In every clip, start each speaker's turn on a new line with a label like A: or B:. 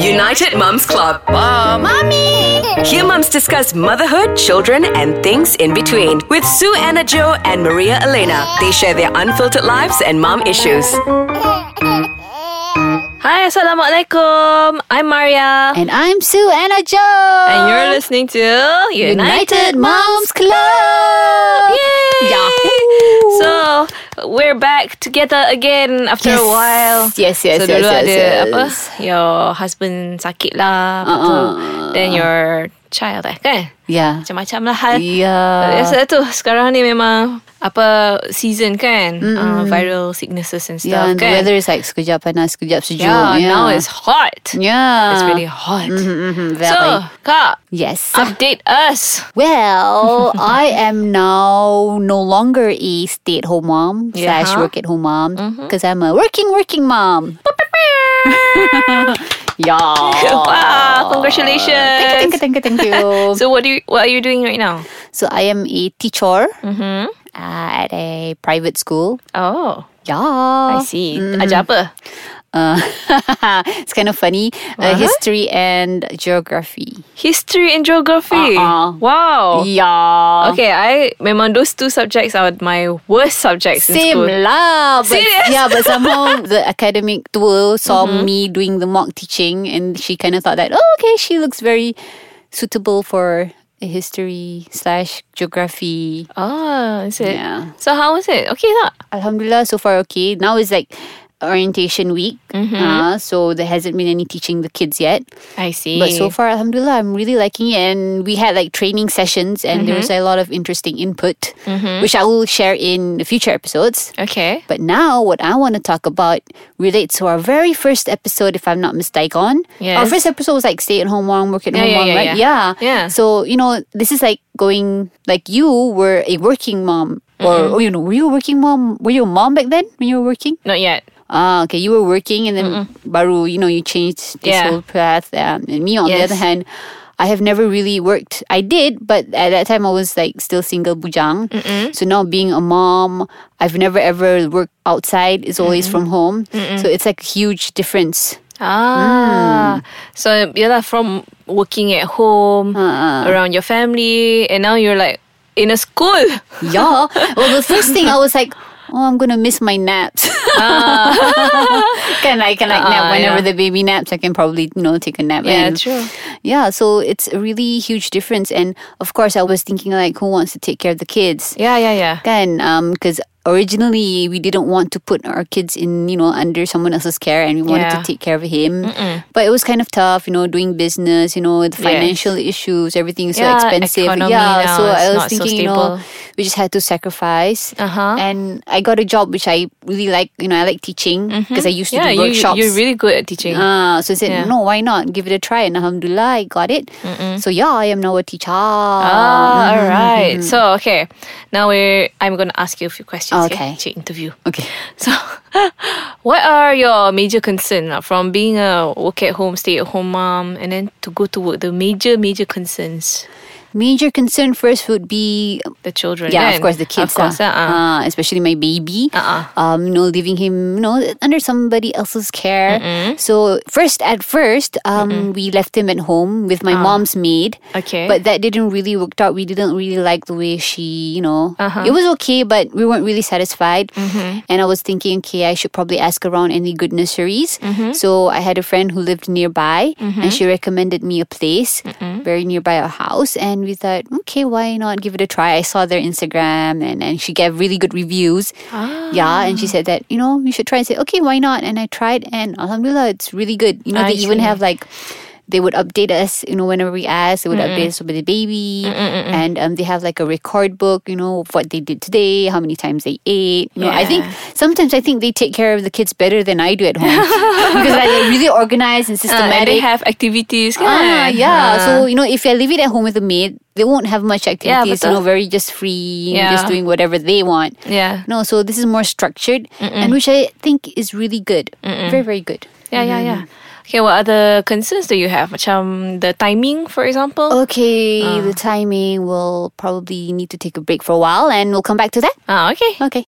A: United Mums Club. Mom.
B: Mommy!
A: Here, mums discuss motherhood, children, and things in between with Sue Anna Joe and Maria Elena. They share their unfiltered lives and mom issues.
C: Hi, Assalamualaikum. I'm Maria.
B: And I'm Sue Anna Joe.
C: And you're listening to United,
B: United Moms Club.
C: Yay!
B: Yahoo!
C: So, we're back together again after
B: Yes.
C: a while.
B: Yes, yes,
C: so,
B: yes,
C: dulu
B: yes,
C: ada
B: yes.
C: apa? Your husband sakit lah. apa tu.
B: Uh-uh.
C: Then your child eh, kan?
B: Yeah.
C: Macam-macam lah hal.
B: Yeah.
C: Biasa tu Sekarang ni memang Apa Season kan uh, Viral sicknesses and stuff
B: Yeah, and the
C: kan
B: weather is like sekejap panas, sekejap sejuk.
C: yeah, now it's hot
B: Yeah.
C: It's really hot
B: Mhm, very.
C: So uh, Kak
B: yes.
C: Update us.
B: Well, I am now no longer a stay-at-home mom
C: Yeah. Mm-hmm.
B: slash work-at-home mom because I'm a working working mom. yeah.
C: Wow,
B: Thank
C: congratulations.
B: you, thank you, thank you, thank you.
C: So what do you what are you doing right now?
B: so I am a teacher
C: Mm-hmm.
B: uh, at a private school.
C: Oh,
B: Yeah.
C: I see. Ajar apa?
B: Uh, it's kind of funny.
C: Uh-huh.
B: Uh, history and geography.
C: History and geography.
B: Uh-uh.
C: Wow.
B: Yeah.
C: Oh. Okay, I memang those two subjects are my worst subjects
B: Same
C: in school.
B: lah. But
C: Serious? Mm-hmm.
B: yeah, but somehow the academic tour saw me doing the mock teaching and she kind of thought that, oh, okay, she looks very suitable for a history slash geography.
C: Oh, is it?
B: Yeah.
C: So how was it? Okay tak?
B: Alhamdulillah, so far okay. Now it's like orientation week. Uh, so there hasn't been any teaching the kids yet.
C: I see.
B: But so far, alhamdulillah, I'm really liking it. And we had like training sessions and there was a lot of interesting input, which I will share in the future episodes.
C: Okay.
B: But now, what I want to talk about relates to our very first episode, if I'm not mistaken. Our
C: Yes.
B: first episode was like stay at home mom, work at
C: Yeah,
B: home
C: yeah,
B: mom,
C: yeah,
B: right?
C: yeah. Yeah.
B: So, you know, this is like going, like you were a working mom. Or,
C: Mm-hmm.
B: or, you know, were you a working mom? Were you a mom back then when you were working?
C: Not yet.
B: Ah, okay. You were working and then baru, you know, you changed this
C: Yeah.
B: whole path. Um, and me, on the
C: Yes.
B: other hand, I have never really worked. I did, but at that time I was like still single bujang. So now being a mom, I've never ever worked outside. It's always from home. So it's like a huge difference.
C: Ah. So you're from working at home
B: Uh-uh.
C: around your family and now you're like in a school.
B: Yeah. well, the first thing I was like, oh, I'm going to miss my naps. can I can like
C: Uh-uh,
B: nap whenever
C: Ah. yeah.
B: the baby naps? I can probably, you know, take a nap.
C: Yeah,
B: and-
C: true.
B: Yeah, so it's a really huge difference. And of course, I was thinking like, who wants to take care of the kids?
C: Yeah, yeah, yeah.
B: Kan, um, because originally we didn't want to put our kids in, you know, under someone else's care, and we wanted to
C: Yeah.
B: take care of him. But it was kind of tough, you know, doing business, you know, the
C: Yes.
B: financial issues, everything is
C: Yeah,
B: so expensive.
C: economy
B: yeah,
C: now
B: so
C: is
B: I was
C: not so
B: thinking, you know,
C: stable.
B: we just had to sacrifice.
C: Uh-huh.
B: And I got a job which I really like. You know, I like teaching because I used to do
C: Mm-hmm. yeah, you,
B: workshops.
C: you're really good at teaching.
B: Ah, so I said,
C: Yeah.
B: no, why not? Give it a try. And alhamdulillah, I got it. So yeah, I am now a teacher.
C: ah,
B: mm-hmm,
C: all right. So, okay. Now we're, I'm going to ask you a few questions
B: Okay.
C: here to interview.
B: Okay.
C: So, what are your major concern uh, from being a work at home, stay at home mom, and then to go to work? The major, major concerns,
B: Major concern first would be,
C: the children.
B: yeah,
C: kan?
B: of course, the kids.
C: Of course,
B: ah.
C: uh,
B: Ah, especially my baby.
C: Ah,
B: Um, you know, leaving him, you know, under somebody else's care. So first, at first, um, we left him at home with my
C: Uh-huh.
B: mom's maid.
C: Okay.
B: Uh, But that didn't really work out. We didn't really like the way she, you know, it was okay, but we weren't really satisfied. And I was thinking, okay, I should probably ask around any good nurseries. So I had a friend who lived nearby and she recommended me a place very nearby our house. And we thought, okay, why not give it a try? I saw their Instagram and, and she gave really good reviews. Yeah. And she said that, you know, you should try and say, okay, why not? And I tried and alhamdulillah, it's really good. You know,
C: I
B: they even
C: see.
B: have like they would update us, you know, whenever we asked, they would update us with the baby. And um, they have like a record book, you know, of what they did today, how many times they ate. You know, I think sometimes I think they take care of the kids better than I do at home because like, they're really organized and
C: uh, and they
B: systematic.
C: have activities. Kan?
B: Ah, yeah.
C: Ah.
B: So you know, if I leave it at home with a maid, they won't have much activities. you
C: betul.
B: know, very just free, you know, just
C: Yeah.
B: doing whatever they want.
C: yeah.
B: No, so this is more structured, and which I think is really good, very very good.
C: Yeah, yeah, yeah.
B: Mm-hmm.
C: Okay, what other concerns do you have? Macam the timing, for
B: Oh.
C: example?
B: Okay,
C: Uh.
B: the timing will probably need to take a break for a while and we'll come back to that.
C: Ah, okay.
B: Okay.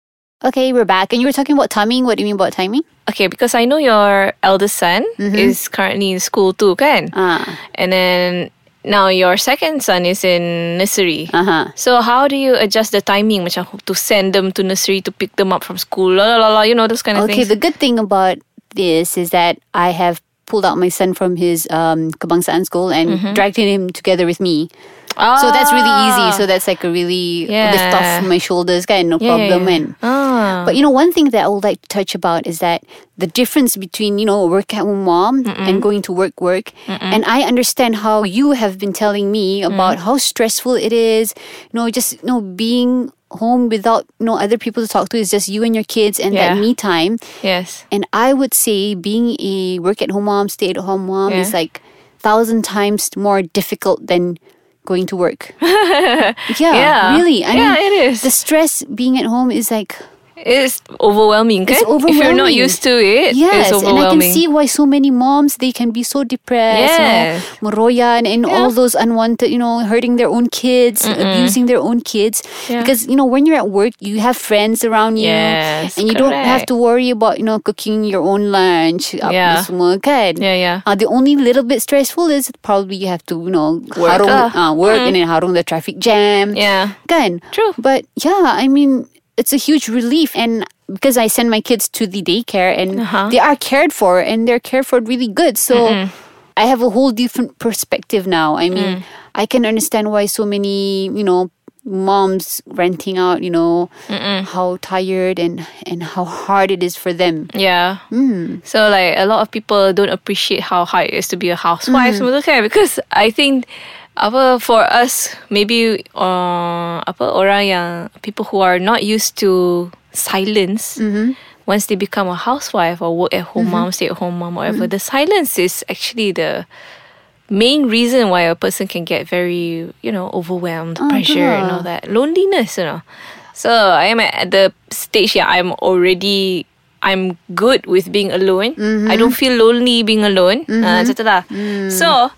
B: Okay, we're back. And you were talking about timing. What do you mean about timing?
C: okay, because I know your eldest son is currently in school too, kan?
B: Mm-hmm. Ah.
C: And then now your second son is in nursery.
B: Uh-huh.
C: So how do you adjust the timing macam to send them to nursery to pick them up from school? La la la, la you know those kind
B: Uh-huh.
C: of
B: Okay,
C: things.
B: the good thing about this is that I have pulled out my son from his um, Kebangsaan school and
C: Mm-hmm.
B: dragged him together with me. So that's really easy. So that's like a really lift off
C: Ah. Yeah.
B: my shoulders, kind no
C: Yeah, yeah,
B: problem.
C: yeah.
B: And but you know, one thing that I would like to touch about is that the difference between you know work at home mom and going to work work. And I understand how you have been telling me
C: Mm.
B: about how stressful it is. You know, just you know being home without you know other people to talk to is just you and your kids and that
C: Yeah.
B: me time.
C: yes.
B: And I would say being a work at home mom, stay at home mom
C: Yeah.
B: is like thousand times more difficult than going to work. yeah,
C: Yeah.
B: really. I mean,
C: Yeah, it is.
B: The stress being at home is like
C: It's overwhelming, kan?
B: It's
C: If you're not
B: overwhelming.
C: used to it,
B: yes,
C: it's
B: and I can
C: overwhelming.
B: see why so many moms they can be so depressed,
C: Yes.
B: you know, moroyan and all those unwanted, you know, hurting their own kids, abusing their own kids.
C: Yeah.
B: Because you know, when you're at work, you have friends around you,
C: Yes,
B: and you don't have
C: correct.
B: to worry about you know cooking your own lunch. Ah, apa
C: Yeah.
B: semua, kan?
C: Yeah, yeah.
B: Uh, the only little bit stressful is probably you have to you know
C: Work.
B: harung, uh,
C: Ah.
B: work and then harung the traffic jam.
C: yeah.
B: Kan?
C: True.
B: But yeah, I mean, it's a huge relief. And because I send my kids to the daycare and they are cared for and they're cared for really good. So I have a whole different perspective now. I mean, I can understand why so many, you know, moms renting out, you know, how tired and and how hard it is for them.
C: Yeah. So like a lot of people don't appreciate how hard it is to be a housewife semua tu kan because I think apa for us maybe uh, apa orang yang people who are not used to silence once they become a housewife or work at home mom stay at home mom whatever the silence is actually the main reason why a person can get very you know overwhelmed
B: Oh,
C: pressure and all that loneliness you know so i am at the stage yeah i'm already i'm good with being alone
B: Mm-hmm.
C: i don't feel lonely being alone Ah, macam tu lah.
B: Mm.
C: so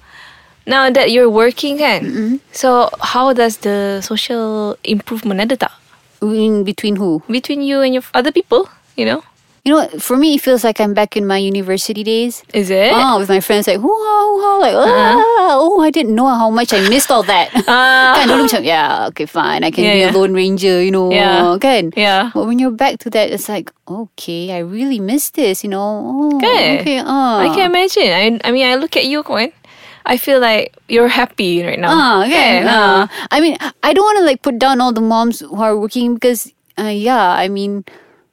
C: now that you're working kan so how does the social improvement ada tak
B: In between who?
C: between you and your other people you know
B: You know, for me, it feels like I'm back in my university days.
C: is it
B: Oh, with my friends like, hoo ha, like, ah, oh, I didn't know how much I missed all that.
C: Ah.
B: kan dulu macam, yeah, okay, fine, I can
C: Yeah,
B: be
C: yeah.
B: a lone ranger, you know,
C: Yeah.
B: kan?
C: Yeah.
B: But when you're back to that, it's like, okay, I really missed this, you know. Oh,
C: Kan?
B: okay, ah.
C: I can imagine. I, I mean, I look at you, Gwen. I feel like you're happy right now.
B: Ah, kan?
C: Kan?
B: Ah. I mean, I don't want to like put down all the moms who are working because, uh, yeah, I mean,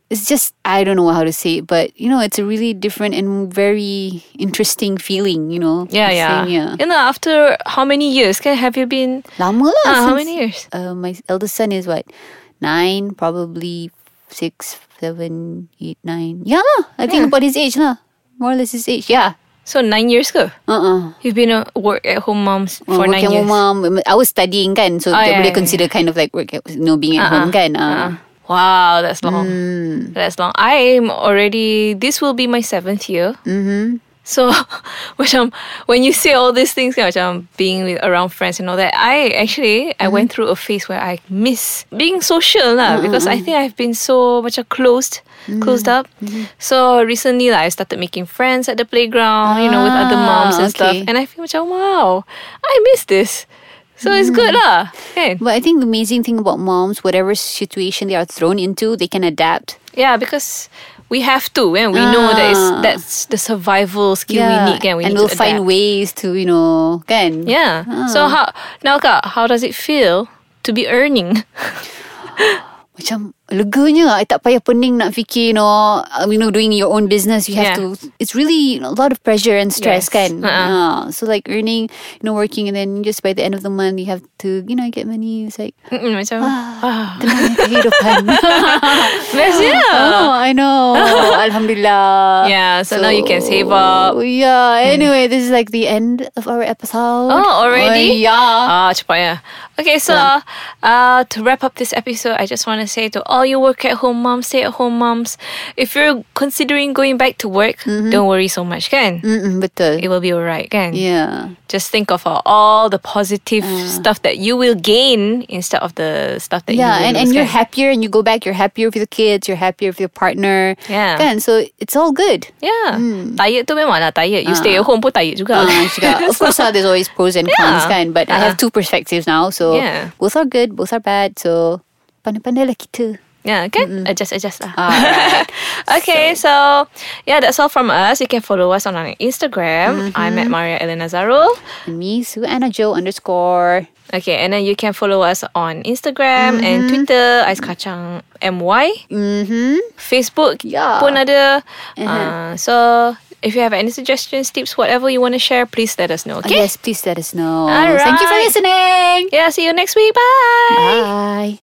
B: it's just I don't know how to say it, but you know, it's a really different and very interesting feeling, you know.
C: Yeah, yeah.
B: Saying, yeah.
C: You know, after how many years can have you been?
B: Lama lah.
C: Ah, how
B: since-
C: many years?
B: Uh, my eldest son is what nine, probably six, seven, eight, nine. Yeah lah. I think about his age lah. More or less his age. Yeah.
C: So nine years ago.
B: Uh uh
C: You've been a work at home mom s- for
B: work Oh,
C: nine
B: at
C: years.
B: home, mom. I was studying kan, so
C: Oh,
B: they
C: yeah,
B: really
C: yeah, Uh-uh.
B: consider kind of like work at, you know, being at home kan. Uh.
C: Wow, that's long.
B: Mm.
C: That's long. I'm already. This will be my seventh year. Mm-hmm. So, macam when you say all these things, kan, macam being with around friends and all that, I actually
B: Mm-hmm.
C: I went through a phase where I miss being social
B: Uh-huh.
C: lah because I think I've been so much closed,
B: Mm-hmm.
C: closed up. So recently, lah, I started making friends at the playground, you know, with other moms
B: Ah,
C: and stuff,
B: okay.
C: and I feel macam wow, I miss this. So it's good
B: Mm.
C: lah. Kan?
B: But I think the amazing thing about moms, whatever situation they are thrown into, they can adapt.
C: Yeah, because we have to, and we know that it's, that's the survival skill we need, and we
B: Ah. and
C: need
B: we'll
C: to
B: find
C: adapt.
B: ways Ah. to, you know, kan.
C: Yeah. So how now, Kak, how does it feel to be earning?
B: macam leganya lah. I tak payah pening nak fikir you know uh, you know doing your own business you have
C: Yeah.
B: to it's really a lot of pressure and stress
C: Yes.
B: kan
C: Uh-uh.
B: Ah, so like earning you know working and then just by the end of the month you have to you know get money it's like "Oh,
C: Mm-mm, macam, ah,
B: tenang kehidupan
C: best yeah.
B: oh I know Alhamdulillah
C: Yeah, so now you can save up. Hmm.
B: yeah anyway this is like the end of our episode
C: Oh, already?
B: yeah
C: Ah, cepat ya. Okay, so uh, to wrap up this episode, I just want to say to all all you work at home moms, stay at home moms, if you're considering going back to work,
B: Mm-hmm.
C: don't worry so much, kan?
B: Mm-mm, betul.
C: It will be alright, kan?
B: Yeah.
C: Just think of uh, all the positive
B: Ah.
C: stuff that you will gain instead of the stuff that
B: Yeah,
C: you will
B: and,
C: lose,
B: and you're
C: kan?
B: happier and you go back, you're happier with your kids, you're happier with your partner.
C: Yeah.
B: Kan? So it's all good.
C: Yeah. Tired tu memang lah tired. You stay at home pun tired juga.
B: Hmm. Ah, cakap, of course, ah, there's always pros and cons,
C: Yeah.
B: kan? But I have two perspectives now, so
C: Yeah.
B: both are good, both are bad. So pandai-pandai lah kita.
C: Yeah, kan? Adjust, adjust lah.
B: Alright.
C: okay, so. yeah, that's all from us. You can follow us on our
B: Mm-hmm.
C: Instagram. I'm at Maria Elena Zarul.
B: And me, Sue Anna Joe underscore.
C: Okay, and then you can follow us on Instagram and Twitter, Ais Kacang MY.
B: Mm-hmm.
C: Facebook
B: Yeah.
C: pun ada. Uh, so, if you have any suggestions, tips, whatever you want to share, please let us know, okay?
B: Yes, please let us know.
C: All
B: Thank you for
C: right.
B: listening.
C: Yeah, see you next week. Bye.
B: Bye.